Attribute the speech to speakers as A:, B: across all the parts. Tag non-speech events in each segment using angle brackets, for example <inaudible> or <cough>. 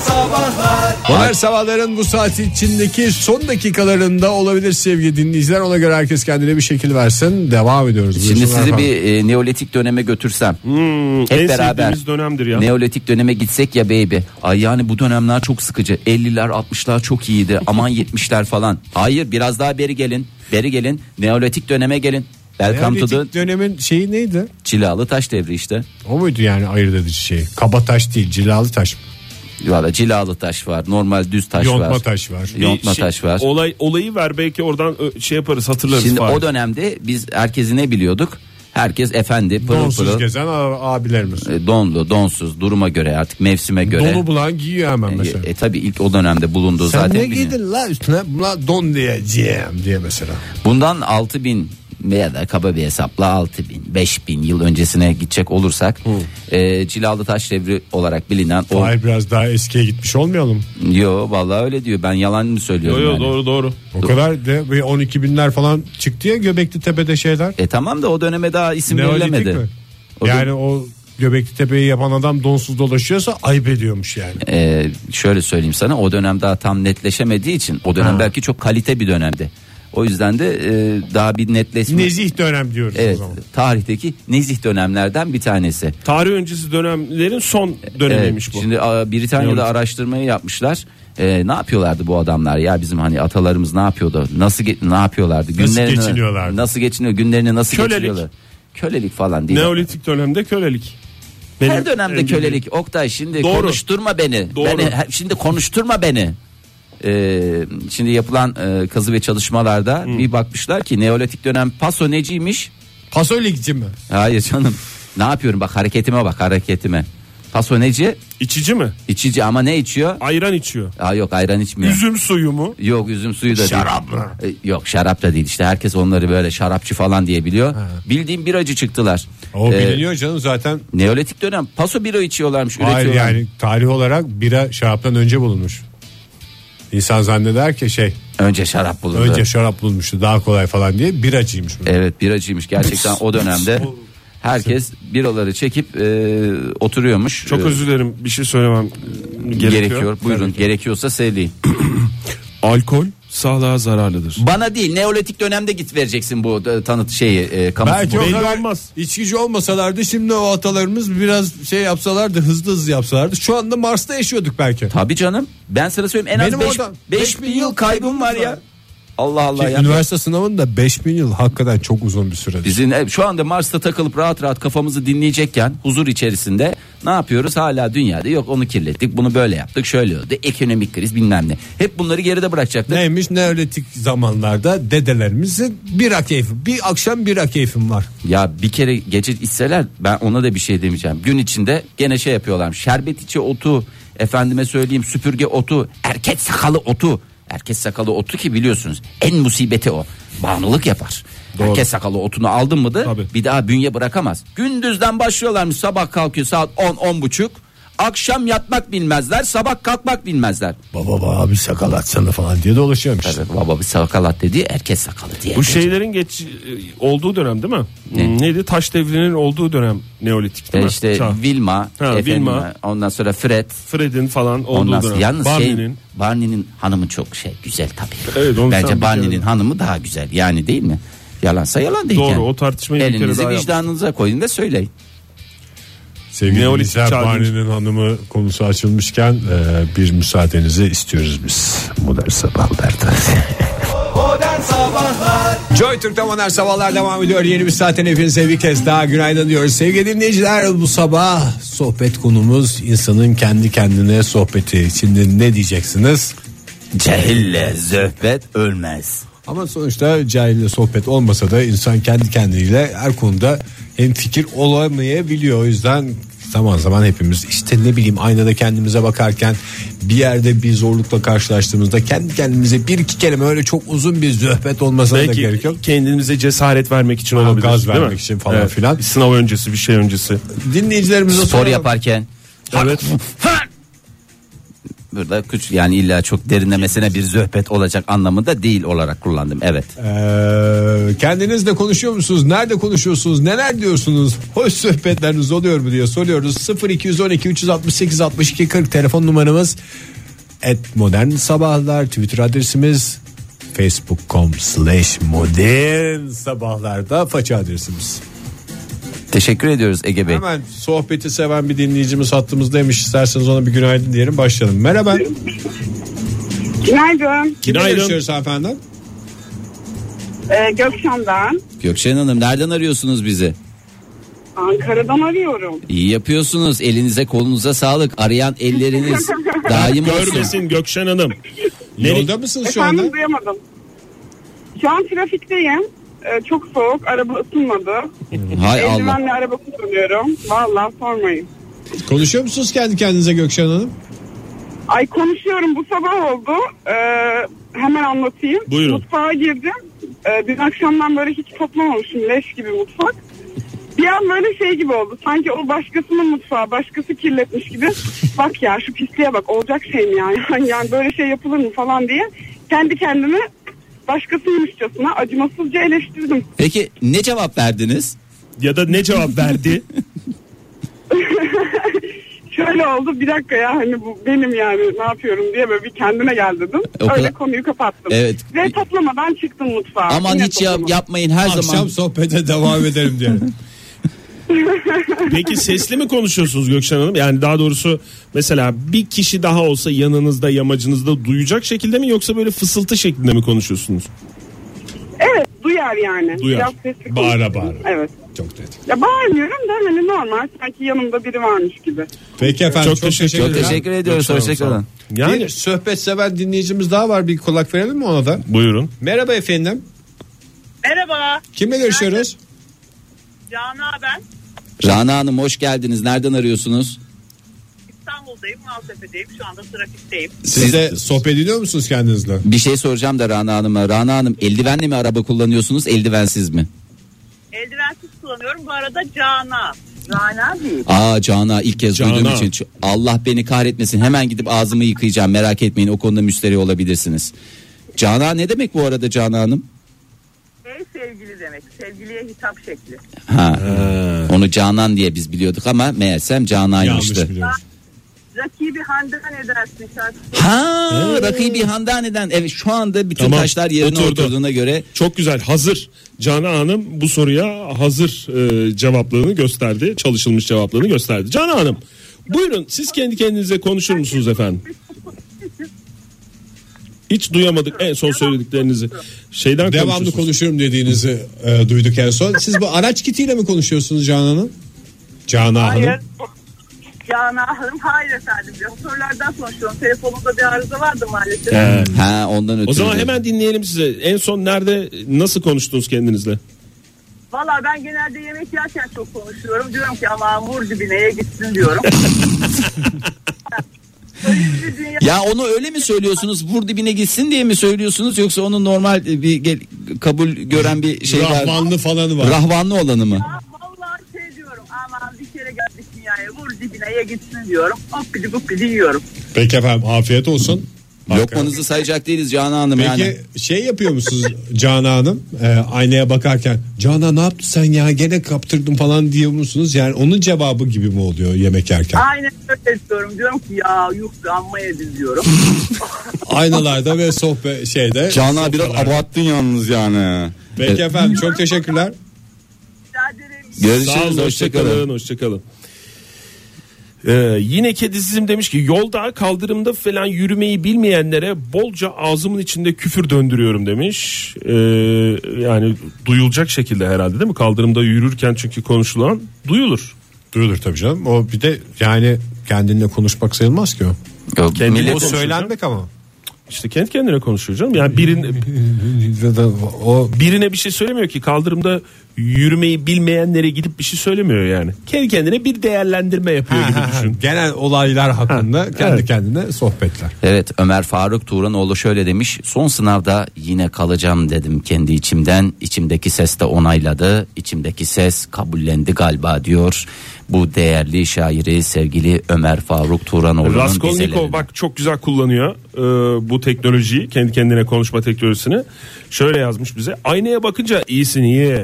A: Sabahlar
B: Modern sabahların bu saati içindeki son dakikalarında olabilir sevgili dinleyiciler. Ona göre herkes kendine bir şekil versin. Devam ediyoruz.
C: Şimdi
B: Buyursunlar
C: sizi
B: efendim.
C: bir e, neolitik döneme götürsem. Hep
D: en
C: beraber.
D: sevdiğimiz dönemdir ya.
C: Neolitik döneme gitsek ya baby. Ay yani bu dönemler çok sıkıcı. 50'ler 60'lar çok iyiydi. Aman 70'ler falan. Hayır biraz daha beri gelin. Beri gelin. Neolitik döneme gelin. Welcome to the
B: Neolitik dönemin şeyi neydi?
C: cilalı taş devri işte.
B: O muydu yani ayırt edici şey? Kaba taş değil cilalı taş.
C: Valla cilalı taş var. Normal düz taş
B: Yontma
C: var.
B: taş var.
D: Bir
C: Yontma
D: şey-
C: taş var.
D: Olay, olayı ver belki oradan ö, şey yaparız hatırlarız.
C: Şimdi
D: Fahir.
C: o dönemde biz herkesi ne biliyorduk? Herkes efendi, pırıl
B: Donsuz
C: pırıl,
B: gezen a- abilerimiz.
C: e, donlu, donsuz, duruma göre artık mevsime göre.
B: Donu bulan giyiyor hemen mesela.
C: E, e, tabii ilk o dönemde bulunduğu
B: Sen
C: zaten.
B: ne
C: biliniyor.
B: giydin la üstüne? La don diyeceğim diye mesela.
C: Bundan 6000 veya da kaba bir hesapla 6000 5000 yıl öncesine gidecek olursak e, Cilalı Taş Devri olarak bilinen o
B: Hayır biraz daha eskiye gitmiş olmayalım.
C: yo vallahi öyle diyor ben yalan mı
D: Yo,
C: söylüyorum
D: yo,
C: yani.
D: doğru doğru.
B: O kadar da bir 12 binler falan çıktı ya Göbekli Tepe'de şeyler.
C: E tamam da o döneme daha isim
B: Neolitik
C: verilemedi.
B: mi?
C: O
B: yani o Göbekli Tepe'yi yapan adam donsuz dolaşıyorsa ayıp ediyormuş yani.
C: Ee, şöyle söyleyeyim sana o dönem daha tam netleşemediği için o dönem belki çok kalite bir dönemdi. O yüzden de e, daha bir netleşme.
B: Nezih dönem diyoruz o
C: evet
B: zaman.
C: tarihteki nezih dönemlerden bir tanesi.
D: Tarih öncesi dönemlerin son dönemiymiş
C: Evet,
D: bu.
C: Şimdi a, Britanya'da
D: Neolitik.
C: araştırmayı yapmışlar. Ee, ne yapıyorlardı bu adamlar ya bizim hani atalarımız ne yapıyordu? Nasıl ge- ne yapıyorlardı?
B: Nasıl geçiniyorlardı?
C: Nasıl geçiniyor? Günlerini nasıl
D: Kölelik.
C: geçiriyorlar? Kölelik falan değil.
D: Neolitik dönemde kölelik.
C: Her dönemde
D: en
C: kölelik. Oktay şimdi
D: Ee, Doğru.
C: konuşturma beni.
D: Doğru.
C: Beni he- şimdi konuşturma beni. Ee, şimdi yapılan e, kazı ve çalışmalarda bir bakmışlar ki Neolitik dönem paso neciymiş?
B: Pasolikçi mi?
C: Hayır canım. ne yapıyorum bak hareketime bak hareketime. Paso neci?
D: İçici mi?
C: İçici ama ne içiyor?
D: Ayran içiyor.
C: Aa yok ayran içmiyor.
D: Üzüm suyu mu?
C: Yok üzüm suyu da
B: Şarap
C: değil.
B: mı?
C: E, Yok şarap da değil işte herkes onları böyle şarapçı falan diye biliyor. Bildiğim biracı çıktılar.
B: O
C: Ee,
B: biliniyor canım zaten.
C: Neolitik dönem paso bira içiyorlarmış
B: Hayır
C: üretiyorlar.
B: yani tarih olarak bira şaraptan önce bulunmuş. İnsan zanneder ki şey
C: Önce şarap bulundu.
B: önce şarap bulunmuştu daha kolay falan diye biracıymış. bu.
C: Evet biracıymış gerçekten o dönemde. Herkes biraları çekip e, oturuyormuş.
D: Çok
C: E,
D: özür dilerim bir şey söylemem gerekiyor.
C: gerekiyor. Buyurun gerekiyorsa söyleyin.
D: Alkol sağlığa zararlıdır.
C: Bana değil Neolitik dönemde git vereceksin bu e, tanıt şeyi e, kamu
B: Belki o
D: Belli
B: kadar
D: olmaz.
B: içkici olmasalardı şimdi o atalarımız biraz şey yapsalardı hızlı hızlı yapsalardı. Şu anda Mars'ta yaşıyorduk belki.
C: Tabii canım. Ben sana söyleyeyim en
B: Benim
C: az
B: oradan beş
C: 5000
B: bin
C: yıl
B: yıl
C: kaybım var
B: kaybımız
C: ya.
B: var.
C: Allah Allah ya.
B: Üniversite sınavında 5000 yıl hakikaten çok uzun bir süredir.
C: Bizim ev- şu anda Mars'ta takılıp rahat rahat kafamızı dinleyecekken huzur içerisinde ne yapıyoruz? Hala dünyada yok onu kirlettik, bunu böyle yaptık, şöyle oldu. Ekonomik kriz bilmem ne. Hep bunları geride bırakacaktık.
B: Neymiş neolitik zamanlarda dedelerimizin bira keyfi. Bir akşam bira keyfim var.
C: Ya bir kere gece içseler ben ona da bir şey demeyeceğim. Gün içinde gene şey yapıyorlar. Şerbet içi otu, efendime söyleyeyim süpürge otu, erkek sakalı otu. Erkek sakalı otu ki biliyorsunuz en musibeti o. Bağımlılık yapar. Erkek sakalı otunu aldın mı da
D: Tabii.
C: bir daha bünye bırakamaz. Gündüzden başlıyorlarmış sabah kalkıyor saat 10 10 buçuk. Akşam yatmak bilmezler sabah kalkmak bilmezler.
B: Baba baba bir sakal atsana falan diye dolaşıyormuş.
C: Evet, Baba bir sakalat dedi erkek sakalı diye.
D: Bu şey şeylerin geç e, olduğu dönem değil mi? Hmm,
C: Ne?
D: Neydi? Taş devrinin olduğu dönem Neolitik değil
C: E
D: mi?
C: işte
D: Çağ.
C: Vilma,
D: Ha,
C: efendim,
D: Vilma.
C: ondan sonra Fred,
D: Fred'in falan olduğu
C: Ondan sonra
D: dönem.
C: yalnız şey
D: Barney'nin.
C: Barney'nin hanımı çok şey güzel tabii.
D: Evet, onu sen
C: Bence Barney'nin
D: biliyorum.
C: hanımı daha güzel yani değil mi? Yalansa yalan değil.
D: Doğru,
C: yani.
D: o tartışmayı bir kere
C: Elinizi
D: daha
C: vicdanınıza koyun ve söyleyin.
B: Sevgili
D: Neolitik
B: dinleyiciler,
D: çağ
B: Barney'nin hanımı konusu açılmışken e, bir müsaadenizi istiyoruz biz. Modern sabahlarda.
A: Modern Sabahlar
B: Joy Türk'te Modern Sabahlar devam ediyor. Yeni bir saatten hepinize bir kez daha günaydın diyoruz. Sevgili dinleyiciler bu sabah sohbet konumuz insanın kendi kendine sohbeti. Şimdi ne diyeceksiniz?
C: Cehille zöhbet ölmez.
B: Ama sonuçta cahille sohbet olmasa da insan kendi kendiyle her konuda hem fikir olamayabiliyor. O yüzden zaman zaman hepimiz işte ne bileyim aynada kendimize bakarken bir yerde bir zorlukla karşılaştığımızda kendi kendimize bir iki kelime öyle çok uzun bir zöhbet olmasına da
D: Belki
B: gerek yok.
D: kendimize cesaret vermek için olabilir.
B: gaz
D: değil mi?
B: vermek için falan filan.
D: Sınav öncesi bir şey öncesi.
B: Dinleyicilerimize
C: Spor
B: soralım.
C: yaparken
D: Evet.
C: burada küçük yani illa çok derinlemesine bir zöhbet olacak anlamında değil olarak kullandım. Evet.
B: Ee, kendinizle konuşuyor musunuz? Nerede konuşuyorsunuz? Neler diyorsunuz? Hoş sohbetleriniz oluyor mu diye soruyoruz. 0212 368 62 40 telefon numaramız. Et modern sabahlar Twitter adresimiz facebook.com slash modern sabahlarda faça adresimiz.
C: Teşekkür ediyoruz Ege Bey.
B: Hemen sohbeti seven bir dinleyicimiz hattımızdaymış. İsterseniz ona bir günaydın diyelim başlayalım. Merhaba.
E: Günaydın.
B: Kimle
D: Günaydın.
B: görüşüyoruz efendim?
E: Ee, Gökşen'den.
C: Gökşen Hanım nereden arıyorsunuz bizi?
E: Ankara'dan arıyorum.
C: İyi yapıyorsunuz. Elinize kolunuza sağlık. Arayan <laughs> elleriniz daim olsun.
D: Görmesin Gökşen
B: <laughs>
D: Hanım. Nereye-
B: Yolda mısınız şu anda?
E: Efendim duyamadım. Şu an trafikteyim. Ee, çok soğuk. Araba ısınmadı.
C: Hay Allah.
E: Eldivenle araba kullanıyorum. Vallahi sormayın.
B: Konuşuyor musunuz kendi kendinize Gökşen Hanım?
E: Ay konuşuyorum bu sabah oldu. Ee, hemen anlatayım.
D: Buyurun.
E: Mutfağa girdim. Ee, dün akşamdan böyle hiç toplamamışım leş gibi mutfak. Bir an böyle şey gibi oldu. Sanki o başkasının mutfağı, başkası kirletmiş gibi. bak ya şu pisliğe bak olacak şey mi <laughs> yani? Hani yani böyle şey yapılır mı falan diye. Kendi kendimi başkasıymışçasına acımasızca eleştirdim.
C: Peki ne cevap verdiniz?
D: Ya da ne cevap verdi?
E: Şöyle oldu bir dakika ya hani bu benim yani ne yapıyorum diye böyle bir kendime gel dedim.
C: O kadar-
E: Öyle konuyu kapattım.
C: Evet.
E: Ve toplamadan çıktım mutfağa.
C: Aman
E: Yine
C: hiç yap-
E: toplamadım.
C: yapmayın her zaman.
B: Akşam sohbete devam edelim diye.
D: Peki sesli mi konuşuyorsunuz Gökşen Hanım? Yani daha doğrusu mesela bir kişi daha olsa yanınızda yamacınızda duyacak şekilde mi yoksa böyle fısıltı şeklinde mi konuşuyorsunuz?
E: Evet duyar yani.
D: Duyar.
E: Biraz sesli
D: Bağıra
E: konuşuyorum.
D: bağıra.
E: Evet.
B: Çok net.
E: Ya bağırmıyorum da hani normal sanki yanımda biri varmış gibi.
B: Peki efendim
D: Çok
B: çok,
D: teşekkür-
B: teşekkür,
C: Çok
B: ederim.
C: teşekkür ediyoruz.
D: Gökşen Hanım, sağ
C: Hoşçakalın.
D: olun. Yani
B: Bir sohbet seven dinleyicimiz daha var bir kulak verelim mi ona da?
D: buyurun.
B: Merhaba efendim.
F: Merhaba.
B: Kimle görüşüyoruz?
F: Cana ben.
C: Rana Hanım hoş geldiniz. Nereden arıyorsunuz?
F: İstanbul'dayım. Maltepe'deyim. Şu anda trafikteyim.
B: Siz de sohbet ediyor musunuz kendinizle?
C: Bir şey soracağım da Rana Hanım'a. Rana Hanım eldivenle mi araba kullanıyorsunuz eldivensiz mi?
F: Eldivensiz kullanıyorum. Bu arada Cana. Cana değil.
C: Aa Cana ilk kez
D: Cana.
C: duyduğum için ç- Allah beni kahretmesin hemen gidip ağzımı yıkayacağım merak etmeyin o konuda müşteri olabilirsiniz. Cana ne demek bu arada Cana Hanım?
F: Ey sevgili demek. Sevgiliye hitap şekli.
C: Ha. Onu Canan diye biz biliyorduk ama meğersem
D: şey.
C: Canan'ymıştı.
B: biliyoruz.
F: Rakibi Handan edersin şarkısı.
C: Ha rakibi Handane'den evet şu anda bütün
D: Tamam,
C: taşlar yerine
D: oturdu.
C: oturduğuna göre
D: Çok güzel hazır. Canan Hanım bu soruya hazır e, cevaplığını gösterdi. Çalışılmış cevaplığını gösterdi. Canan Hanım buyurun siz kendi kendinize konuşur musunuz efendim? Hiç duyamadık en son söylediklerinizi. Şeyden
B: Devamlı
D: konuşuyorsunuz.
B: konuşuyorum dediğinizi e, duyduk en son. Siz bu araç kitiyle mi konuşuyorsunuz Canan Hanım? Canan
F: Hayır.
B: Hanım.
F: Cana Hanım hayır efendim. Hoparlörden konuşuyorum. Telefonumda bir arıza vardı maalesef.
C: Ee.
D: He.
C: ha ondan ötürü.
D: O zaman
C: de-
D: hemen dinleyelim size. En son nerede nasıl konuştunuz kendinizle?
F: Valla ben genelde yemek yerken çok konuşuyorum. Diyorum ki aman vur dibineye gitsin diyorum. Öyle bir dünya-
C: Ya onu öyle mi söylüyorsunuz? Vur dibine gitsin diye mi söylüyorsunuz yoksa onun normal e, bir gel- kabul gören bir şey var.
B: Rahmanlı falanı var.
C: Rahvanlı olanı mı?
F: Ya vallahi şey diyorum aman bir kere geldik dünyaya vur dibine ye gitsin diyorum. Hop gidi bup gidi yiyorum.
B: Peki efendim afiyet olsun.
C: Lokmanızı sayacak değiliz Canan Hanım
B: Peki
C: yani.
B: şey yapıyor musunuz <laughs> Canan Hanım e, aynaya bakarken Canan ne yaptın sen ya gene kaptırdın falan diyor musunuz? Yani onun cevabı gibi mi oluyor yemek yerken?
F: Aynen öyle diyorum. Diyorum ki ya yuh amma yedin diyorum.
B: Aynalarda ve sohbet şeyde.
D: e,
C: Canan biraz abarttın yalnız yani.
B: Peki
C: Evet.
B: efendim çok teşekkürler.
F: Rica ederim.
D: Sağ
C: Görüşürüz
D: olun,
C: hoşçakalın.
D: hoşçakalın. Hoşçakalın. Ee, yine kedisizim demiş ki yolda kaldırımda falan yürümeyi bilmeyenlere bolca ağzımın içinde küfür döndürüyorum demiş. Ee, yani duyulacak şekilde herhalde değil mi? Kaldırımda yürürken çünkü konuşulan duyulur.
B: Duyulur tabii canım. O bir de yani kendinle konuşmak sayılmaz ki o.
C: Yok,
D: Kendi
C: millet-
B: O
D: konuşacak.
C: <laughs>
B: söylenmek ama.
D: İşte kendi kendine konuşuyor canım. Yani birin,
B: O
D: birine bir şey söylemiyor ki kaldırımda yürümeyi bilmeyenlere gidip bir şey söylemiyor yani. Kendi kendine bir değerlendirme yapıyor gibi düşün.
B: Genel olaylar hakkında kendi
D: evet.
B: kendine sohbetler.
C: Evet Ömer Faruk Tuğranoğlu şöyle demiş. Son sınavda yine kalacağım dedim kendi içimden. İçimdeki ses de onayladı. İçimdeki ses kabullendi galiba diyor. Bu değerli şairi sevgili Ömer Faruk Tuğranoğlu'nun
D: Raskolnikov
C: dizelerini.
D: bak çok güzel kullanıyor e, bu teknolojiyi kendi kendine konuşma teknolojisini. Şöyle yazmış bize aynaya bakınca iyisin iyi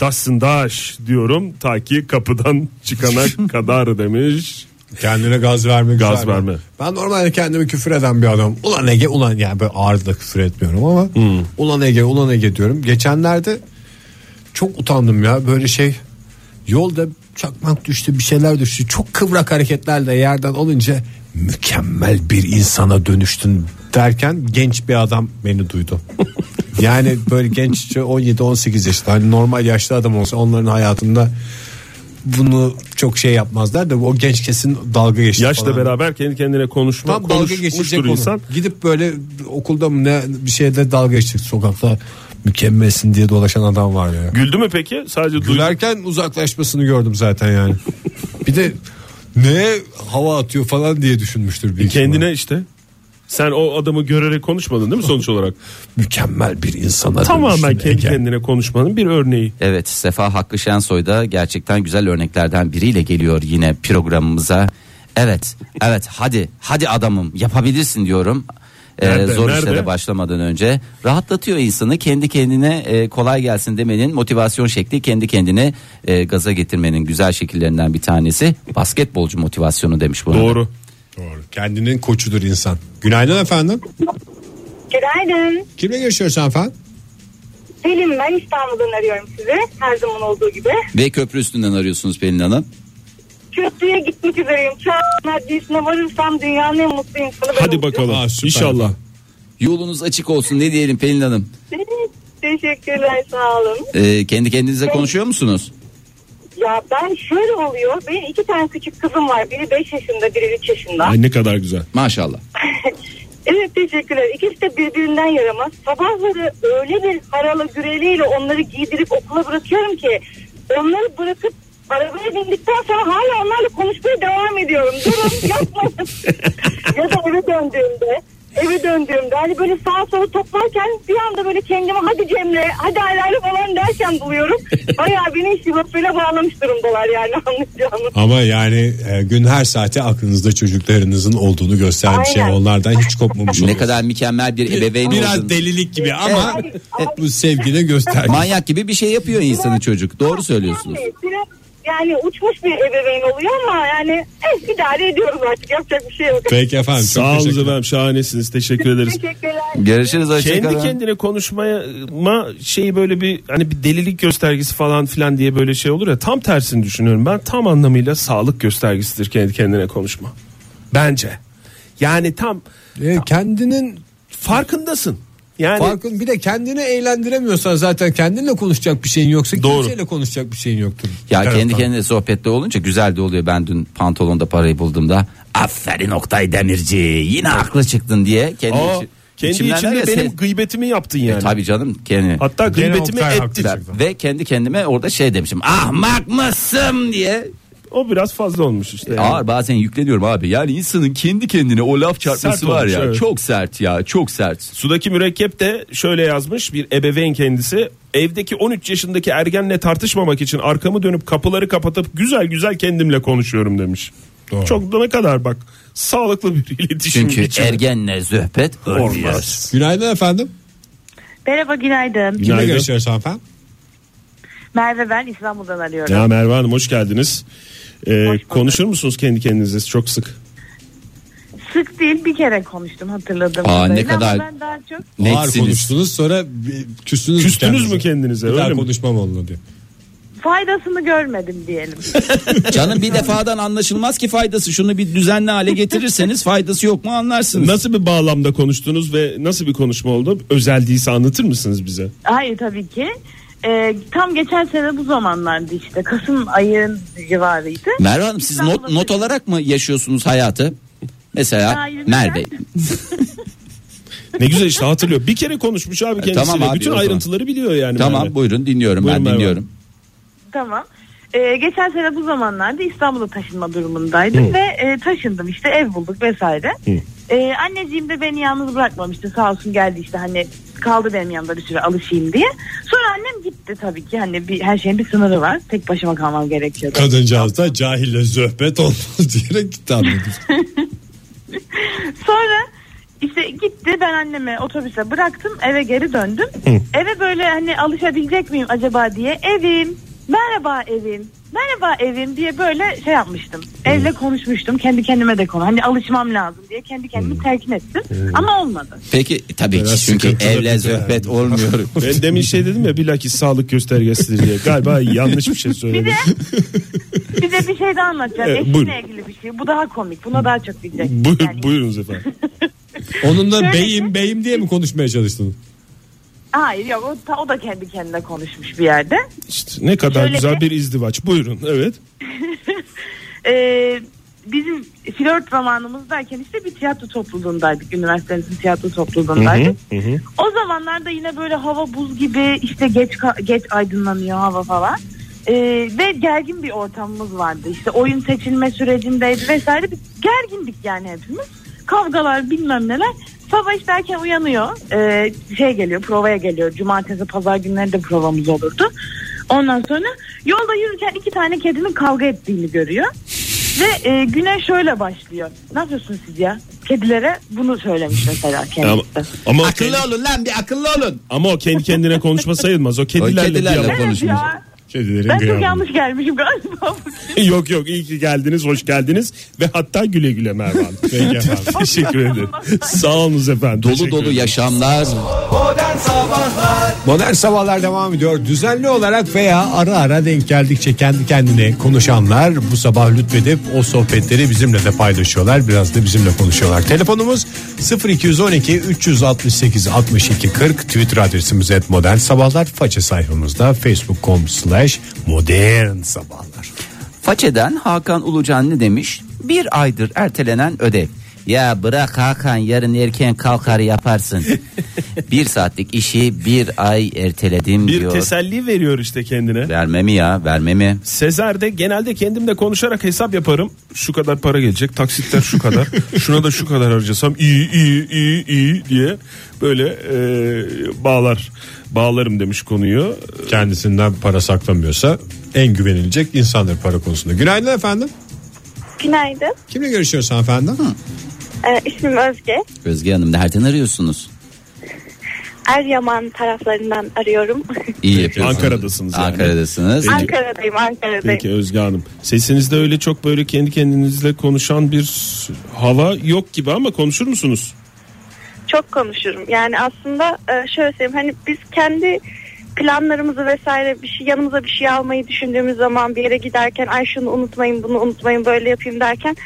D: daşsın daş diyorum ta ki kapıdan <laughs> çıkana kadar demiş.
B: Kendine gaz verme güzel
D: Gaz
B: bir-
D: verme.
B: Ben normalde kendimi küfür eden bir adamım. Ulan Ege ulan yani böyle ağır da küfür etmiyorum ama
D: Hmm.
B: ulan Ege ulan Ege diyorum. Geçenlerde çok utandım ya böyle şey yolda çakmak düştü bir şeyler düştü. Çok kıvrak hareketlerle yerden olunca mükemmel bir insana dönüştün derken genç bir adam
D: <laughs>
B: beni duydu. yani böyle genççe 17-18 yaşında hani normal yaşlı adam olsa onların hayatında bunu çok şey yapmazlar da o genç kesin dalga geçti
D: Yaşla
B: falan.
D: beraber kendi kendine konuşma
B: Tam dalga geçecek
D: konuşmuştur
B: konu.
D: insan.
B: Gidip böyle okulda mı ne bir şeyde dalga geçtik sokakta mükemmelsin diye dolaşan adam var ya.
D: Güldü mü peki? Sadece duydum.
B: Gülerken uzaklaşmasını gördüm zaten yani. bir de ne hava atıyor falan diye düşünmüştür bir
D: kendine işte. Sen o adamı görerek konuşmadın değil mi sonuç
B: <laughs>
D: olarak?
B: mükemmel bir insana
D: Tamamen
B: dönüştün
D: kendi
B: Ege.
D: kendine konuşmanın bir örneği.
C: Evet Sefa Hakkı Şensoy da gerçekten güzel örneklerden biriyle geliyor yine programımıza. Evet evet hadi hadi adamım yapabilirsin diyorum. Ee,
D: Nerede,
C: zor
D: nerede?
C: işlere başlamadan önce rahatlatıyor insanı kendi kendine e, kolay gelsin demenin motivasyon şekli kendi kendine e, gaza getirmenin güzel şekillerinden bir tanesi basketbolcu motivasyonu demiş buna. da.
D: Doğru.
B: Doğru. Kendinin koçudur insan. Günaydın efendim.
G: Günaydın.
B: Kimle görüşüyorsun efendim?
G: Pelin ben İstanbul'dan arıyorum sizi. Her zaman olduğu gibi.
C: Ve köprü üstünden arıyorsunuz Pelin Hanım.
G: Köprüye gitmek üzereyim. Çağrı Adliyesi'ne varırsam dünyanın en mutlu insanı ben
D: Hadi
G: olacağım.
D: bakalım.
B: Aa, süper.
D: İnşallah.
C: Yolunuz açık olsun ne diyelim Pelin Hanım.
G: Teşekkürler sağ olun.
C: Ee, kendi kendinize konuşuyor musunuz?
G: Ya ben şöyle oluyor. Benim iki tane küçük kızım var. Biri 5 yaşında biri 3 yaşında.
D: Ay ne kadar güzel.
C: Maşallah.
G: Evet teşekkürler. İkisi de birbirinden yaramaz. Sabahları öyle bir harala güreliyle onları giydirip okula bırakıyorum ki onları bırakıp arabaya bindikten sonra hala onlarla konuşmaya devam ediyorum. Durun yapmayın. ya da eve döndüğümde eve döndüğümde hani böyle sağa sola toplarken bir anda böyle kendimi hadi Cemre hadi Alaylı falan derken buluyorum. Bayağı beni şizofrene bağlamış durumdalar yani <laughs> anlayacağınız.
B: Ama yani e, gün her saate aklınızda çocuklarınızın olduğunu gösteren bir şey.
G: Aynen.
B: Onlardan hiç kopmamış
C: Ne
B: olursunuz.
C: kadar mükemmel bir ebeveyn
B: Biraz
C: oldun.
B: delilik gibi ama
G: Evet. Evet.
B: bu sevgine gösterge.
C: Manyak gibi bir şey yapıyor insanı çocuk. Doğru söylüyorsunuz.
G: Yani, biraz yani uçmuş bir ebeveyn oluyor ama yani eh, idare ediyoruz artık yapacak bir şey yok.
B: Peki efendim. çok
D: Sağ olun
B: teşekkür ederim.
D: efendim şahanesiniz teşekkür ederiz.
G: Teşekkürler.
C: Görüşürüz
D: Kendi
C: hoşçakalın.
D: kendine konuşmaya ma şeyi böyle bir hani bir delilik göstergesi falan filan diye böyle şey olur ya tam tersini düşünüyorum ben tam anlamıyla sağlık göstergesidir kendi kendine konuşma. Bence. Yani tam
B: E, kendinin
D: farkındasın. Yani
B: farkın bir de kendini eğlendiremiyorsan zaten kendinle konuşacak bir şeyin yoksa
D: Doğru.
B: kimseyle konuşacak bir şeyin yoktur.
C: Ya
B: Bir
C: kendi
B: taraftan.
C: kendine sohbette olunca güzel de oluyor. Ben dün pantolonda parayı bulduğumda aferin Oktay Demirci yine haklı çıktın diye kendi,
D: aa,
C: içi-
D: kendi
C: içimden de
D: içinde benim
C: ses-
D: gıybetimi yaptın yani.
C: Tabii canım kendi.
D: Hatta
B: Gene
D: gıybetimi
B: Oktay
D: ettin.
B: haklı. çıktı.
C: Ve kendi kendime orada şey demişim. Ahmak mısın diye.
D: O biraz fazla olmuş işte. yani.
C: Ağır bazen yükleniyorum abi. Yani insanın kendi kendine o laf çarpması
D: Sert
C: var
D: olmuş,
C: ya.
D: evet.
C: Çok sert ya. Çok sert.
D: Sudaki mürekkep de şöyle yazmış bir ebeveyn kendisi. Evdeki 13 yaşındaki ergenle tartışmamak için arkamı dönüp kapıları kapatıp güzel güzel kendimle konuşuyorum demiş.
B: Doğru.
D: Çok da ne kadar bak sağlıklı bir <laughs> iletişim.
C: Çünkü
D: biçimi.
C: ergenle sohbet olmaz.
B: Günaydın efendim.
H: Merhaba günaydın.
B: Kimle
D: Günaydın.
B: görüşüyoruz efendim?
H: Merve ben İstanbul'dan arıyorum.
D: Ya Merve Hanım hoş geldiniz. Ee,
H: bulduk.
D: konuşur musunuz kendi kendinize çok sık?
H: Sık değil bir kere konuştum hatırladım.
C: Aa,
H: kadarıyla
C: ne kadar-
H: Ama ben daha çok
B: Ağır
C: Netsiniz.
B: konuştunuz sonra bir- küstünüz, mü
D: Küstünüz mü kendinize,
B: Bir
D: öyle
B: daha
D: mi?
B: konuşmam onunla diyor.
H: faydasını görmedim diyelim.
C: Canım bir defadan anlaşılmaz ki faydası. Şunu bir düzenli hale getirirseniz faydası yok mu anlarsınız.
D: Nasıl bir bağlamda konuştunuz ve nasıl bir konuşma oldu? Özel değilse anlatır mısınız bize?
H: Hayır tabii ki. Ee, tam geçen sene bu zamanlardı işte. Kasım ayının civarıydı.
C: Merve Hanım siz not, not olarak mı yaşıyorsunuz hayatı? Mesela
H: Hayır, neden?
C: Merve.
D: Ne güzel işte hatırlıyor. Bir kere konuşmuş abi kendisiyle.
C: E, tamam abi,
D: Bütün
C: o zaman.
D: ayrıntıları biliyor yani.
C: Tamam
D: Merve.
C: buyurun dinliyorum
D: Buyurun
C: ben
D: Merve.
C: dinliyorum.
H: Tamam. Ee, geçen sene bu zamanlarda İstanbul'a taşınma durumundaydım ve e, taşındım işte ev bulduk vesaire. Ee, anneciğim de beni yalnız bırakmamıştı sağ olsun geldi işte hani kaldı benim yanımda bir süre alışayım diye. Sonra annem gitti tabii ki hani bir, her şeyin bir sınırı var tek başıma kalmam gerekiyordu.
B: Kadıncağız da cahille zöhbet olmaz <laughs> diyerek gitti anladım.
H: Sonra işte gitti ben annemi otobüse bıraktım eve geri döndüm. Eve böyle hani alışabilecek miyim acaba diye evim merhaba evim merhaba evim diye böyle şey yapmıştım. Evle konuşmuştum kendi kendime de konu hani alışmam lazım diye kendi kendimi telkin ettim ama olmadı.
C: Peki tabii
B: Biraz
C: ki çünkü
B: sıkıntılı
C: evle
B: bir
C: zöhbet
B: dönem.
C: olmuyor.
D: <laughs> Ben demin şey dedim ya bilakis sağlık göstergesidir diye. Galiba yanlış bir şey
H: Bir
D: söyledim.
H: de <laughs>
D: <laughs>
H: bir de bir şey daha anlatacağım.
D: Evet, buyurun.
H: Eşimle ilgili bir şey. Bu daha komik. Buna daha çok diyecek.
D: Buyur,
H: Yani-
D: Buyurunuz efendim.
B: Onunla
H: Şöyle ki-
B: beyim beyim diye mi konuşmaya çalıştın?
H: Hayır yok o, ta- o da kendi kendine konuşmuş bir yerde.
D: İşte ne kadar
H: Şöyle
D: güzel
H: ki-
D: bir izdivaç. Buyurun evet.
H: Ee, bizim flört zamanımızdayken işte bir tiyatro topluluğundaydık. Üniversitemizin tiyatro topluluğundaydık. O zamanlarda yine böyle hava buz gibi işte geç ka- geç aydınlanıyor hava falan. Ee, ve gergin bir ortamımız vardı. İşte oyun seçilme sürecindeydi vesaire. Bir gergindik yani hepimiz. Kavgalar bilmem neler. Sabah işte erken uyanıyor. Ee, şey geliyor provaya geliyor. Cumartesi pazar günleri de provamız olurdu. Ondan sonra yolda yürürken iki tane kedinin kavga ettiğini görüyor. Ve e, güne şöyle başlıyor. Ne yapıyorsunuz siz ya? Kedilere bunu söylemiş mesela
D: Ama,
H: kendisi.
D: ama, o kendi,
C: akıllı olun lan bir akıllı olun.
D: ama o kendi kendine konuşma sayılmaz. O kedilerle,
C: kedilerle
D: diyalog.
C: konuş-
H: Evet ya.
B: Kedilerin
H: Ben çok
B: gıyabı.
H: yanlış şey- gelmişim
I: <laughs>
H: galiba.
D: yok yok iyi ki geldiniz hoş geldiniz. Ve hatta güle güle Merve Hanım.
H: <laughs>
D: Peki efendim. Teşekkür ederim. Sağ olunuz efendim.
C: Dolu
D: Teşekkür
C: dolu
D: ederim.
C: yaşamlar.
A: Modern Sabahlar
B: Modern Sabahlar devam ediyor. Düzenli olarak veya ara ara denk geldikçe kendi kendine konuşanlar bu sabah lütfedip o sohbetleri bizimle de paylaşıyorlar. Biraz da bizimle konuşuyorlar. Telefonumuz 0212 368 62 40 Twitter adresimiz et modern sabahlar. Faça sayfamızda facebook.com slash modern sabahlar.
C: Façeden Hakan Ulucan ne demiş? Bir aydır ertelenen ödev. Ya bırak Hakan yarın erken kalkar yaparsın. bir saatlik işi bir ay erteledim
D: Bir
C: diyor.
D: teselli veriyor işte kendine.
C: Verme mi ya verme mi?
D: Sezer'de genelde kendimle konuşarak hesap yaparım. Şu kadar para gelecek, taksitler şu kadar. Şuna da şu kadar harcasam iyi iyi iyi iyi diye böyle e, bağlar bağlarım demiş konuyu.
B: Kendisinden para saklamıyorsa en güvenilecek insandır para konusunda. Günaydın efendim.
J: Günaydın.
B: Kimle görüşüyoruz hanımefendi?
J: Ee, ismim Özge.
C: Özge Hanım nereden arıyorsunuz?
J: Eryaman taraflarından
G: <laughs>
J: arıyorum.
C: İyi yapıyorsunuz.
D: Ankara'dasınız yani.
C: Ankara'dasınız.
J: Ankara'dayım, Ankara'dayım.
D: Peki Özge Hanım. Sesinizde öyle çok böyle kendi kendinizle konuşan bir hava yok gibi ama konuşur musunuz?
J: Çok konuşurum. Yani aslında e, şöyle söyleyeyim. Hani biz kendi planlarımızı vesaire bir şey yanımıza bir şey almayı düşündüğümüz zaman bir yere giderken ay şunu unutmayın bunu unutmayın böyle yapayım derken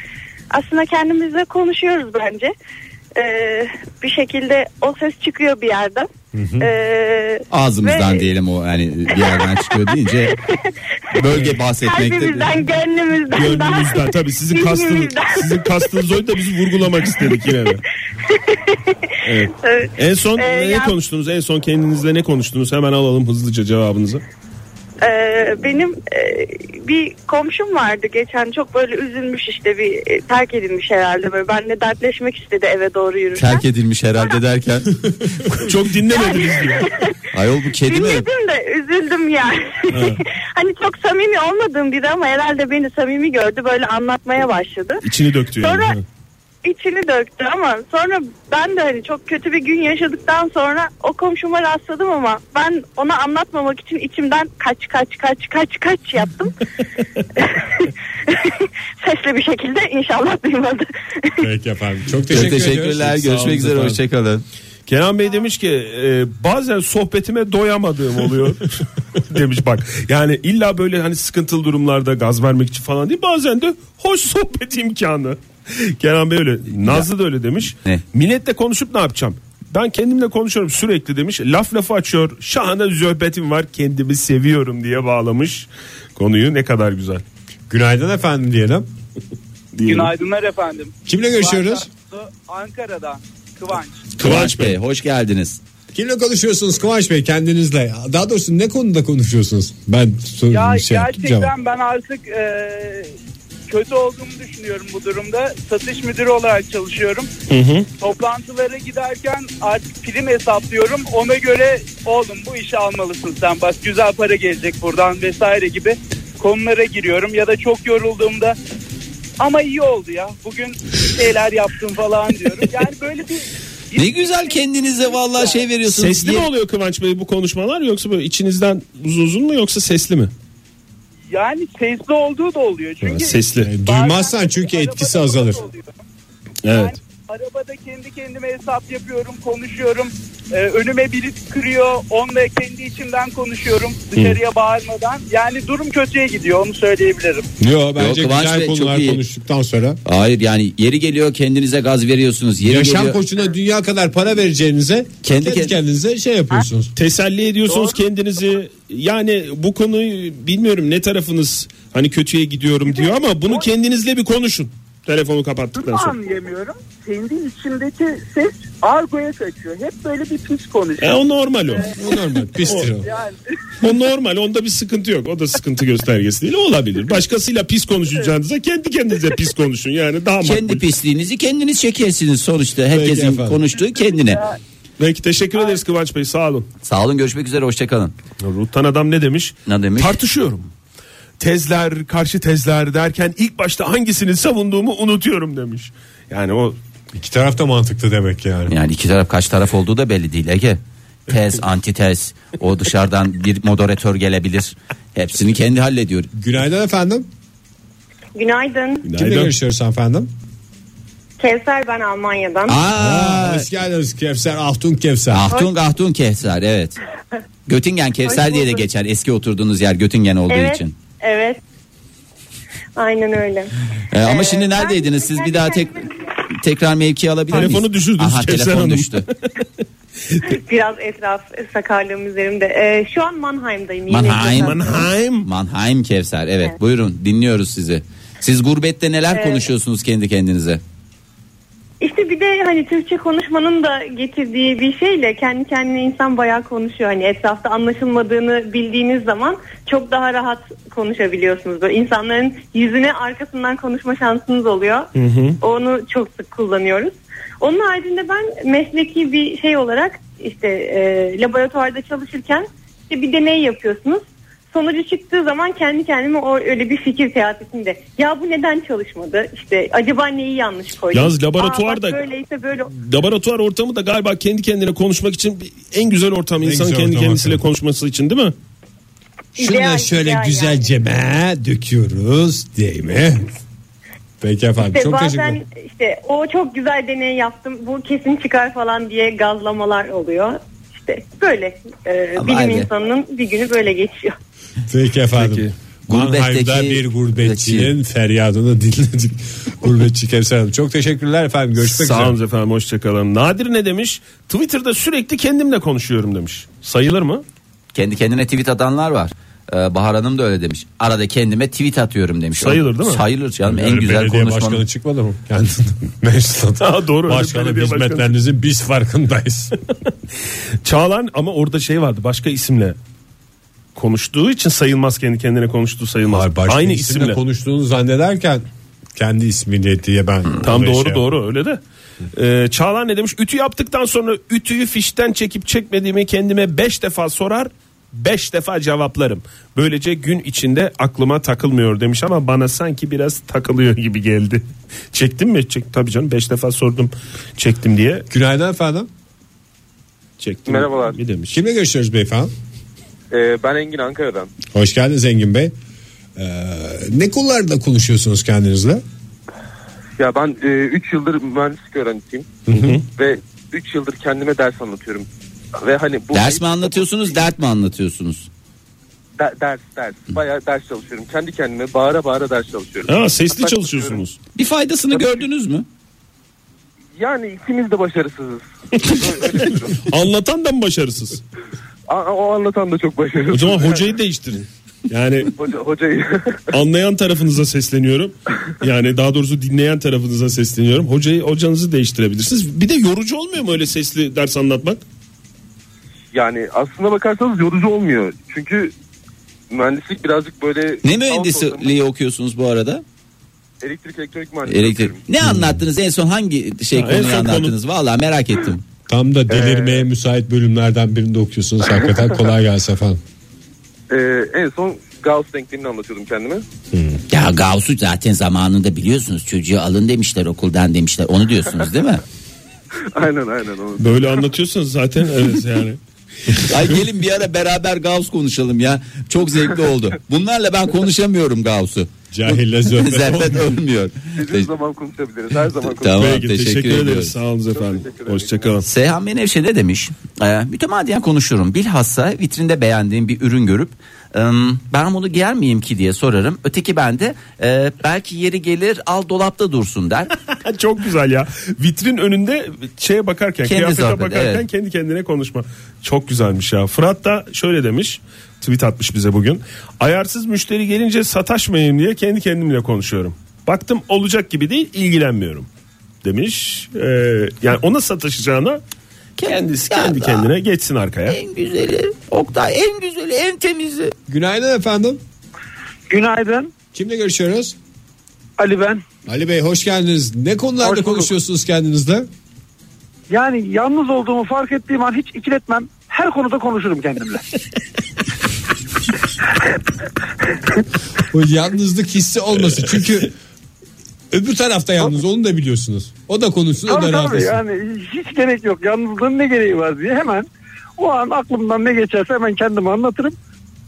J: aslında kendimizle konuşuyoruz bence. E, bir şekilde o ses çıkıyor bir yerden. E,
C: Ağzımızdan
J: Ve-
C: diyelim o yani bir yerden çıkıyor deyince bölge bahsetmekte.
J: kalbimizden, gönlümüzden, daha-
D: Gönlünüzden tabii sizin kastınız,
J: Bilgimizden.
D: sizin kastınız oydu da bizi vurgulamak istedik yine de. Evet.
J: Evet.
D: En son
J: Ee,
D: ne
J: ya-
D: konuştunuz? En son kendinizle ne konuştunuz? Hemen alalım hızlıca cevabınızı.
J: Ee, benim e, bir komşum vardı geçen çok böyle üzülmüş işte bir e, terk edilmiş herhalde böyle benle dertleşmek istedi eve doğru yürürken.
C: Terk edilmiş herhalde derken.
D: Çok dinlemediniz gibi.
C: Ayol bu kedi mi?
J: Dinledim de üzüldüm yani. <laughs> hani çok samimi olmadığım biri ama herhalde beni samimi gördü böyle anlatmaya başladı.
D: İçini döktü yani.
J: Sonra içini döktü ama sonra ben de hani çok kötü bir gün yaşadıktan sonra o komşuma rastladım ama ben ona anlatmamak için içimden kaç kaç kaç kaç
C: <laughs>
J: kaç yaptım. Sesli bir şekilde inşallah duymadı.
B: Peki efendim. Çok
C: Çok
B: teşekkür
C: teşekkürler.
B: ediyoruz. Sağ olun
C: Görüşmek üzere.
B: efendim.
C: Hoşçakalın.
D: Kenan Bey demiş ki e, bazen sohbetime doyamadığım <laughs> oluyor demiş bak. Yani illa böyle hani sıkıntılı durumlarda gaz vermek için falan değil bazen de hoş sohbet imkanı. Kenan Bey öyle Nazlı da öyle demiş.
C: Ne?
D: Milletle konuşup ne yapacağım? Ben kendimle konuşuyorum sürekli demiş. Laf lafı açıyor. Şahane zöhbetim var. Kendimi seviyorum diye bağlamış konuyu. Ne kadar güzel.
B: Günaydın efendim diyelim.
D: diyelim.
K: Günaydınlar efendim.
B: Kimle görüşüyoruz?
K: Kıvanç Tatlısu, Ankara'dan Kıvanç.
D: Kıvanç Bey.
C: Hoş geldiniz.
B: Kimle konuşuyorsunuz Kıvanç Bey kendinizle? Daha doğrusu ne konuda konuşuyorsunuz? Ben sorayım
K: Ya
B: şey yaptım,
K: gerçekten
B: cevap.
K: ben artık e, kötü olduğumu düşünüyorum bu durumda. Satış müdürü olarak çalışıyorum. Toplantılara giderken artık prim hesaplıyorum. Ona göre oğlum bu işi almalısın sen bak güzel para gelecek buradan vesaire gibi konulara giriyorum. Ya da çok yorulduğumda ama iyi oldu ya bugün bir şeyler yaptım falan diyorum. Yani böyle bir
L: Ne güzel kendinize vallahi şey veriyorsunuz.
D: Sesli mi oluyor Kıvanç Bey bu konuşmalar yoksa böyle içinizden uzun uzun mu yoksa sesli mi?
K: yani sesli olduğu da oluyor. Çünkü
D: Sesli.
B: E, Duymazsan çünkü etkisi
K: Arabada
B: azalır.
K: oluyor.
D: Evet.
K: Ben arabada kendi kendime hesap yapıyorum, konuşuyorum. Ee, önüme biri kırıyor, onunla kendi içimden konuşuyorum dışarıya bağırmadan. Yani durum kötüye gidiyor, onu söyleyebilirim.
B: Yo bence
C: Kıvanç
B: güzel
C: Bey çok
B: konular
C: iyi.
B: konuştuktan sonra.
C: Hayır yani yeri geliyor kendinize gaz veriyorsunuz. Yeri
B: Yaşam
C: geliyor.
B: koçuna dünya kadar para vereceğinize kendi,
C: Kendi kend-
B: kendinize şey yapıyorsunuz.
D: Teselli ediyorsunuz kendinizi. Yani bu konuyu bilmiyorum ne tarafınız hani kötüye gidiyorum diyor ama bunu kendinizle bir konuşun. Telefonu kapattıktan
K: Bunu
D: sonra.
K: anlayamıyorum. Kendi içimdeki ses argoya kaçıyor. Hep böyle bir pis
D: E
K: konuşuyor.
D: o normal o.
B: Bu normal
K: <laughs>
B: pistir o.
K: Yani
D: O normal onda bir sıkıntı yok. O da sıkıntı göstergesi değil olabilir. Başkasıyla pis konuşacağınıza kendi kendinize pis konuşun. Yani daha
C: Kendi
D: makbul.
C: pisliğinizi kendiniz çekersiniz sonuçta. Herkesin
B: efendim.
C: konuştuğu kendine.
D: Peki teşekkür ederiz Kıvanç Bey sağ olun.
C: Sağ olun görüşmek üzere hoşçakalın.
D: Rutan adam ne demiş?
C: Ne demiş?
D: Tartışıyorum. Tezler, karşı tezler derken ilk başta hangisini savunduğumu unutuyorum demiş. Yani o
B: İki taraf da mantıklı demek yani.
C: Yani iki taraf kaç taraf olduğu da belli değil Ege. Tez, antitez, o dışarıdan bir moderatör gelebilir. Hepsini kendi hallediyor.
B: Günaydın efendim.
I: Günaydın.
B: Kimle görüşüyoruz efendim?
I: Kevser ben Almanya'dan.
C: Aa,
B: Hoş geldiniz Kevser Altun Kevser.
C: Ahtun Ahtun Kevser evet. Göttingen Kevser diye de geçer. Eski oturduğunuz yer Göttingen olduğu
I: evet.
C: için.
I: Evet. Aynen öyle.
C: Ee, ama şimdi
I: ben
C: neredeydiniz? Siz bir daha tek
I: kendimi-
C: tekrar mevki alabilir miyiz?
D: Telefonu düşürdünüz
C: Aha,
D: Kevser
C: telefon
D: Hanım. <laughs>
C: düştü.
I: Biraz etraf sakarlığım üzerimde. Ee, şu an Mannheim'dayım. yine.
C: Mannheim.
D: Mannheim.
C: Mannheim Kevser evet, buyurun dinliyoruz sizi. Siz gurbette neler konuşuyorsunuz kendi kendinize?
I: İşte bir de hani Türkçe konuşmanın da getirdiği bir şeyle kendi kendine insan bayağı konuşuyor. Hani etrafta anlaşılmadığını bildiğiniz zaman çok daha rahat konuşabiliyorsunuz. Böyle insanların yüzüne arkasından konuşma şansınız oluyor. Onu çok sık kullanıyoruz. Onun haricinde ben mesleki bir şey olarak işte e, laboratuvarda çalışırken işte bir deney yapıyorsunuz. Sonucu çıktığı zaman kendi kendime o öyle bir fikir teatisinde ya bu neden çalışmadı işte acaba neyi yanlış koydum
D: Yalnız laboratuvarda-
I: Aa, bak böyleyse böyle
D: Laboratuvar ortamı da galiba kendi kendine konuşmak için bir- en güzel ortam. İnsan
B: güzel
D: kendi
B: ortam
D: kendisiyle
B: hakikaten.
D: konuşması için değil mi?
B: Şunu
I: İdeal,
B: şöyle
I: ideal
B: güzelce döküyoruz değil mi? Peki efendim
I: işte
B: çok teşekkür
I: bazen
B: ederim.
I: işte o çok güzel deney yaptım bu kesin çıkar falan diye gazlamalar oluyor. İşte böyle e,
C: Ama
I: bilim
C: abi.
I: insanının bir günü böyle geçiyor.
B: Peki efendim. Mannheim'da
C: Gurbetteki-
B: bir gurbetçinin
D: <laughs>
B: feryadını dinledik. Gurbetçi Kevser Hanım. Çok teşekkürler efendim. Görüşmek
D: Sağ
B: üzere.
D: olun efendim hoşçakalın. Nadir ne demiş? Twitter'da sürekli kendimle konuşuyorum demiş. Sayılır mı?
C: Kendi kendine tweet atanlar var. Ee, Bahar Hanım da öyle demiş. Arada kendime tweet atıyorum demiş.
D: Sayılır değil mi?
C: Sayılır canım en güzel
B: belediye başkanı
C: konuşmanın.
B: çıkmadı mı? <laughs> Kendinden meclisten.
D: Ha, doğru, öyle
B: Başkanın
D: belediye başkanı.
B: hizmetlerinizin biz
D: <laughs>
B: farkındayız.
D: Çağlan ama orada şey vardı başka isimle konuştuğu için sayılmaz kendi kendine konuştuğu sayılmaz.
B: Var, başka
D: Aynı
B: isimle
D: isimle.
B: konuştuğunu zannederken kendi ismiyle diye ben
D: Tam
B: oraya
D: doğru
B: şey
D: doğru öyle de. Ee, Çağlan ne demiş? Ütü yaptıktan sonra ütüyü fişten çekip çekmediğimi kendime 5 defa sorar 5 defa cevaplarım. Böylece gün içinde aklıma takılmıyor demiş ama bana sanki biraz takılıyor gibi geldi. <laughs> Çektim mi? Çek, tabii canım 5 defa sordum çektim diye
B: Günaydın efendim.
D: çektim.
M: Merhabalar.
D: Bir demiş.
B: Kimle görüşüyoruz beyefendi?
M: Ee, ben Engin Ankara'dan.
B: Hoş geldiniz Engin Bey. Ee, ne konularda konuşuyorsunuz kendinizle?
M: Ya ben 3 yıldır mühendislik öğrencisiyim. Ve 3 yıldır kendime ders anlatıyorum. Ve hani bu
C: Ders mi anlatıyorsunuz dert mi anlatıyorsunuz?
M: De- ders ders. Bayağı ders çalışıyorum. Kendi kendime bağıra bağıra ders çalışıyorum.
D: Ha, sesli
M: Hatta
D: çalışıyorsunuz.
C: Bir faydasını gördünüz mü?
M: Yani ikimiz de başarısızız. Öyle bir durum.
D: Anlatan da mı
M: <laughs>
D: başarısız?
M: A- o anlatan da çok
D: O
M: başarısız.
D: zaman hocayı değiştirin. Yani
M: Hoca, hocayı <laughs>
D: anlayan tarafınıza sesleniyorum. Yani daha doğrusu dinleyen tarafınıza sesleniyorum. Hocayı hocanızı değiştirebilirsiniz. Bir de yorucu olmuyor mu öyle sesli ders anlatmak?
M: Yani aslına bakarsanız yorucu olmuyor. Çünkü mühendislik birazcık böyle...
N: Ne mühendisliği okuyorsunuz bu arada?
M: Elektrik elektronik mühendisliği.
N: Elektrik. Ne anlattınız en son hangi şey
M: Ha, en
N: konuyu
M: son konu-
N: anlattınız? Vallahi merak ettim.
B: Tam da delirmeye
D: Ee,
B: müsait bölümlerden birinde okuyorsunuz hakikaten.
D: <laughs>
B: Kolay gelsin efendim.
M: Ee, en son Gauss denklemini anlatıyordum kendime. <laughs>
C: Ya Gauss'u zaten zamanında biliyorsunuz çocuğu alın demişler okuldan demişler. Onu diyorsunuz değil mi?
M: aynen aynen. o.
D: Böyle anlatıyorsunuz zaten
B: <laughs>
D: evet yani.
N: <laughs> Ay gelin bir ara beraber Gauss konuşalım ya. Çok zevkli oldu. Bunlarla ben konuşamıyorum Gauss'u.
B: Cahille
M: zöhbet
N: zöhbet
M: olmuyor.
N: ölmüyor.
M: Her zaman konuşabiliriz. Her zaman
N: Tamam
M: konuşabiliriz.
N: teşekkür, ediyoruz.
D: Sağ olun efendim. Hoşçakalın.
C: Seyhan Menevşe ne demiş? Ee, mütemadiyen konuşurum. Bilhassa vitrinde beğendiğim bir ürün görüp "Ee, ben bunu giyer miyim ki diye sorarım. Öteki bende "Ee, belki yeri gelir al dolapta dursun der. <laughs>
D: Çok güzel ya. Vitrin önünde şeye bakarken,
C: Kendi
D: kıyafete
C: sohbet,
D: bakarken
C: evet.
D: kendi kendine konuşma. Çok güzelmiş ya. Fırat da şöyle demiş. Tweet atmış bize bugün. Ayarsız müşteri gelince sataşmayayım diye kendi kendimle konuşuyorum. Baktım olacak gibi değil, ilgilenmiyorum demiş. Ee, yani ona sataşacağına kendisi kendi kendine geçsin arkaya.
C: En güzeli Oktay en güzeli en temizi.
B: Günaydın efendim.
O: <laughs> Günaydın.
B: Kimle görüşüyoruz?
O: Ali ben.
B: Ali Bey hoş geldiniz. Ne konularda konuşuyorsunuz kendinizde?
O: Yani yalnız olduğumu fark ettiğim an hiç ikiletmem. Her konuda konuşurum kendimle.
B: O yalnızlık hissi olması. Çünkü öbür tarafta yalnız onu da biliyorsunuz. O da konuşsun o da
O: tabii tabii
B: rahatlasın.
O: yani hiç gerek yok. Yalnızlığın ne gereği var diye hemen o an aklımdan ne geçerse hemen kendime anlatırım.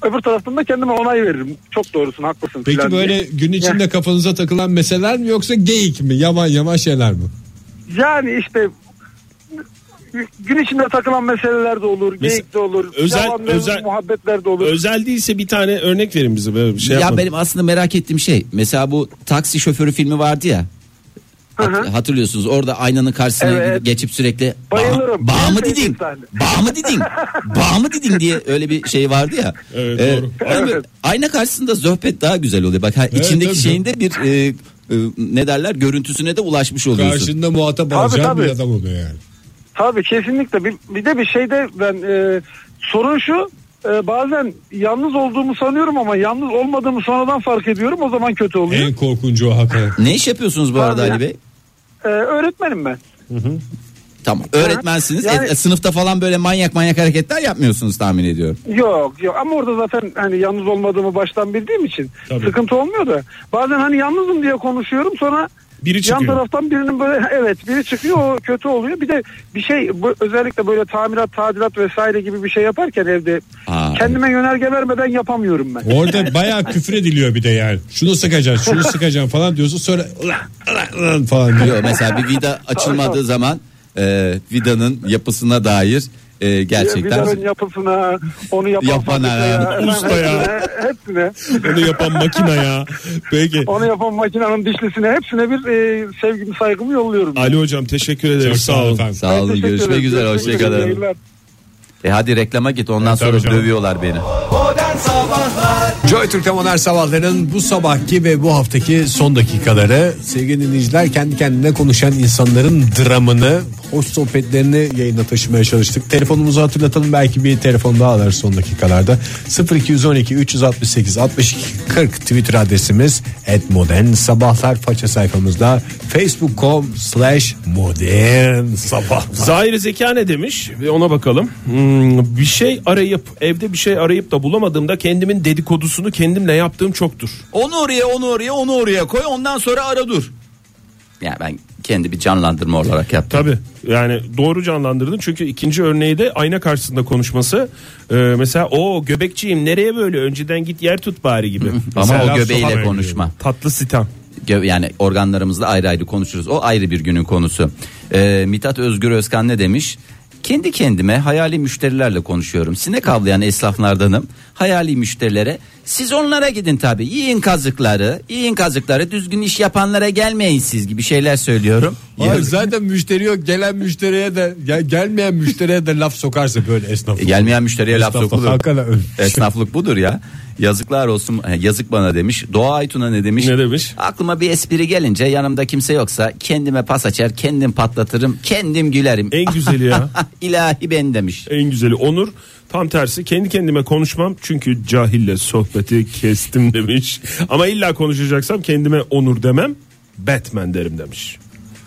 O: Öbür taraftan da kendime onay veririm. Çok doğrusun haklısın.
B: Peki
O: filan
B: böyle
O: diye.
B: gün
O: Ya,
B: içinde kafanıza takılan meseleler mi yoksa geyik mi? Yaman yaman şeyler mi?
O: Yani işte gün içinde takılan meseleler de olur, geyik de olur,
D: özel-
O: yalan ve
D: özel-
O: muhabbetler de olur.
D: Özel değilse bir tane örnek verin bize böyle bir şey
C: ya
D: yapmadım.
C: benim aslında merak ettiğim şey mesela bu taksi şoförü filmi vardı ya. Hat- hatırlıyorsunuz orada aynanın karşısına geçip sürekli
O: Bayılırım.
C: bağ, bağ mı
O: En sevdiğim
C: didin
O: sahne.
C: bağ mı
O: <laughs>
C: didin bağ mı didin diye öyle bir şey vardı ya.
D: Evet,
C: Ee,
D: doğru.
C: hani böyle Ayna karşısında zöhbet daha güzel oluyor. Bak ha, içindeki
B: tabii.
C: şeyinde bir e, e, ne derler görüntüsüne de ulaşmış oluyorsun.
B: Karşında muhatap
O: Tabii,
B: alacağın bir
O: tabii.
B: adam oluyor yani.
O: Tabii kesinlikle. Bir, bir de bir şeyde ben e, sorun şu e, bazen yalnız olduğumu sanıyorum ama yalnız olmadığımı sonradan fark ediyorum. O zaman kötü oluyor.
B: En korkuncu o hakikaten.
C: Ne iş yapıyorsunuz bu arada
O: Tabii.
C: Ali Bey?
O: E, öğretmenim ben.
C: Tamam öğretmensiniz. E,
O: Yani-
C: e, sınıfta falan böyle manyak manyak hareketler yapmıyorsunuz tahmin ediyorum.
O: Yok yok ama orada zaten hani yalnız olmadığımı baştan bildiğim için
C: Tabii.
O: sıkıntı olmuyor da bazen hani yalnızım diye konuşuyorum sonra
D: Biri
O: yan
D: çıkıyor.
O: taraftan birinin böyle <laughs> evet biri çıkıyor o kötü oluyor bir de bir şey bu, özellikle böyle tamirat tadilat vesaire gibi bir şey yaparken evde kendime yönerge vermeden yapamıyorum ben.
B: Orada bayağı küfür ediliyor bir de yani. Şunu sıkacaksın, şunu sıkacaksın falan diyorsun sonra ulan ulan ulan falan
C: Yok
B: diyor.
C: mesela bir
O: <laughs>
C: vida açılmadığı zaman e, vidanın yapısına dair e, gerçekten
O: Biberon yapısına, onu yapan,
C: Yapan
O: fabrikaya,
C: adam. Usta ya.
O: hepsine, Hepsine.
D: Onu yapan makina ya. Peki.
O: Onu yapan makinenin dişlisine hepsine bir e, sevgimi saygımı yolluyorum.
D: Ali hocam teşekkür ederim.
B: Çok
D: Sağ olun.
C: sağ olun
O: Teşekkür
C: görüşmek
O: ederim.
C: üzere
O: Görüşmek üzere, iyi
C: hoşçakalın.
O: günler.
C: E hadi reklama git ondan
B: E, tabii
C: sonra
B: canım.
C: dövüyorlar beni.
A: Modern Sabahlar
B: Joy Türk'te modern sabahların bu sabahki ve bu haftaki son dakikaları sevgili dinleyiciler kendi kendine konuşan insanların dramını, hoş sohbetlerini yayına taşımaya çalıştık. Telefonumuzu hatırlatalım belki bir telefon daha alırız son dakikalarda. 0212 368 62 40 Twitter adresimiz et modern sabahlar faça sayfamızda facebook.com slash modern sabahlar.
D: Zahir Zeka ne demiş? Ve ona bakalım. Hmm, bir şey arayıp evde bir şey arayıp da bulamadığımda kendimin dedikodusunu kendimle yaptığım çoktur.
C: Onu oraya onu oraya onu oraya koy ondan sonra ara dur. Ya ben kendi bir canlandırma olarak yaptım.
D: Tabi yani doğru canlandırdın çünkü ikinci örneği de ayna karşısında konuşması Ee, mesela o göbekçiyim nereye böyle önceden git yer tut bari <laughs> gibi.
C: Ama
D: Mesela
C: o göbeğiyle
D: sokak-
C: konuşma.
D: Tatlı sitem.
C: Gö- yani organlarımızla ayrı ayrı konuşuruz. O ayrı bir günün konusu. Ee, Mithat Özgür Özkan ne demiş? Kendi kendime hayali müşterilerle konuşuyorum. Sinek avlayan esnaflardanım. Hayali müşterilere siz onlara gidin tabii. Yiyin kazıkları, yiyin kazıkları. Düzgün iş yapanlara gelmeyin siz gibi şeyler söylüyorum.
B: Abi zaten müşteri yok gelen müşteriye de ya gelmeyen müşteriye de laf sokarsa böyle esnaf.
C: Gelmeyen müşteriye laf
B: Esnaf-
C: sokulur.
B: Hakikaten öyle.
C: Esnaflık budur ya. Yazıklar olsun e, yazık bana demiş. Doğa Aytun'a ne demiş? Ne
D: demiş?
C: Aklıma bir espri gelince yanımda kimse yoksa kendime pas açar kendim patlatırım kendim gülerim. <laughs>
D: En güzeli <laughs> ya.
C: İlahi ben demiş.
D: En güzeli Onur. Tam tersi kendi kendime konuşmam çünkü cahille sohbeti kestim demiş. Ama illa konuşacaksam kendime Onur demem Batman derim demiş.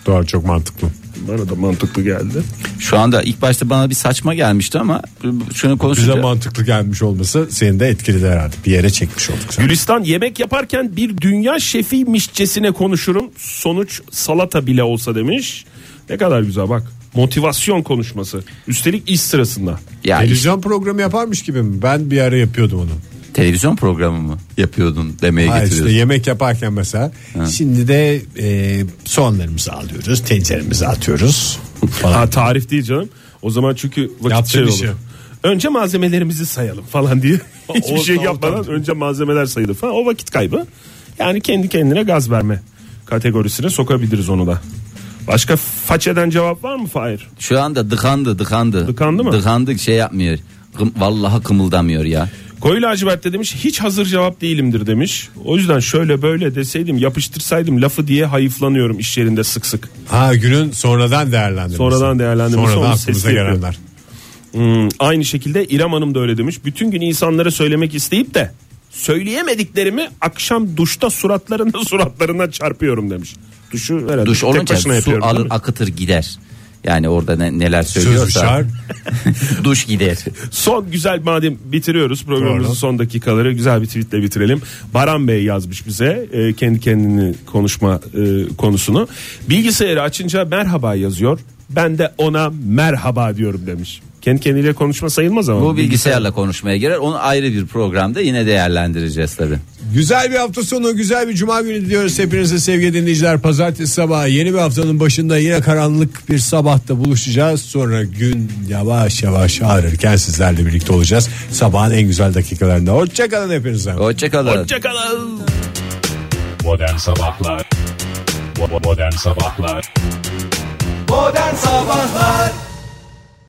B: Doğru çok mantıklı.
D: Bana da mantıklı geldi.
C: Şu anda ilk başta bana bir saçma gelmişti ama şunu konuşunca.
B: Bize mantıklı gelmiş olması seni de etkiledi herhalde. Bir yere çekmiş olduk.
D: Gülistan yemek yaparken bir dünya şefiymişçesine konuşurum. Sonuç salata bile olsa demiş. Ne kadar güzel bak. Motivasyon konuşması. Üstelik iş sırasında.
B: Televizyon programı yaparmış gibi mi? Ben bir ara yapıyordum onu.
C: Televizyon programı mı yapıyordun demeye
B: Hayır,
C: E, getiriyorsun.
B: işte yemek yaparken mesela. Şimdi de e, soğanlarımızı alıyoruz, tenceremize atıyoruz.
D: Ha tarif değil canım. O zaman çünkü vakit
B: Yaptığın
D: şey olur.
B: işi.
D: Önce malzemelerimizi sayalım falan diye. Hiçbir
B: <laughs> o-
D: şey
B: o-
D: yapmadan önce malzemeler sayılır falan. O vakit kaybı. Yani kendi kendine gaz verme kategorisine sokabiliriz onu da. Başka façeden cevap var mı Fahir?
C: Şu anda dıkandı dıkandı. Dıkandı
D: mı?
C: Dıkandı şey yapmıyor. Kım- Vallahi kımıldamıyor ya.
D: Koyu lacivert de demiş hiç hazır cevap değilimdir demiş. O yüzden şöyle böyle deseydim yapıştırsaydım lafı diye hayıflanıyorum iş yerinde sık sık.
B: Ha günün sonradan değerlendirmesi.
D: Sonradan değerlendirmesi,
B: Sonradan
D: onu
B: aklımıza
D: sesli yapıyor.
B: gelenler.
D: Hmm, aynı şekilde İrem Hanım da öyle demiş. Bütün gün insanlara söylemek isteyip de söyleyemediklerimi akşam duşta suratlarına <laughs> suratlarına çarpıyorum demiş. Duşu herhalde
C: Duş
D: tek
C: olunca
D: başına
C: su
D: yapıyorum. değil
C: alır
D: mi?
C: akıtır gider. Yani orada ne- neler söylüyorsa.
D: uçar.
C: <laughs> duş gider.
D: Son güzel madem bitiriyoruz programımızın
C: Doğru.
D: son dakikaları güzel bir tweetle bitirelim. Baran Bey yazmış bize e, kendi kendini konuşma e, konusunu. Bilgisayarı açınca merhaba yazıyor. Ben de ona merhaba diyorum demiş. Kendi kendiyle konuşma sayılmaz ama.
C: Bu bilgisayarla konuşmaya girer. Onu ayrı bir programda yine değerlendireceğiz tabii.
B: Güzel bir hafta sonu, güzel bir cuma günü diliyoruz hepinize sevgili dinleyiciler. Pazartesi sabahı yeni bir haftanın başında yine karanlık bir sabahta buluşacağız. Sonra gün yavaş yavaş ağrırken sizlerle birlikte olacağız. Sabahın en güzel dakikalarında. Hoşçakalın hepinize.
C: Hoşçakalın.
D: Hoşçakalın.
P: Modern Sabahlar Modern Sabahlar
A: Modern Sabahlar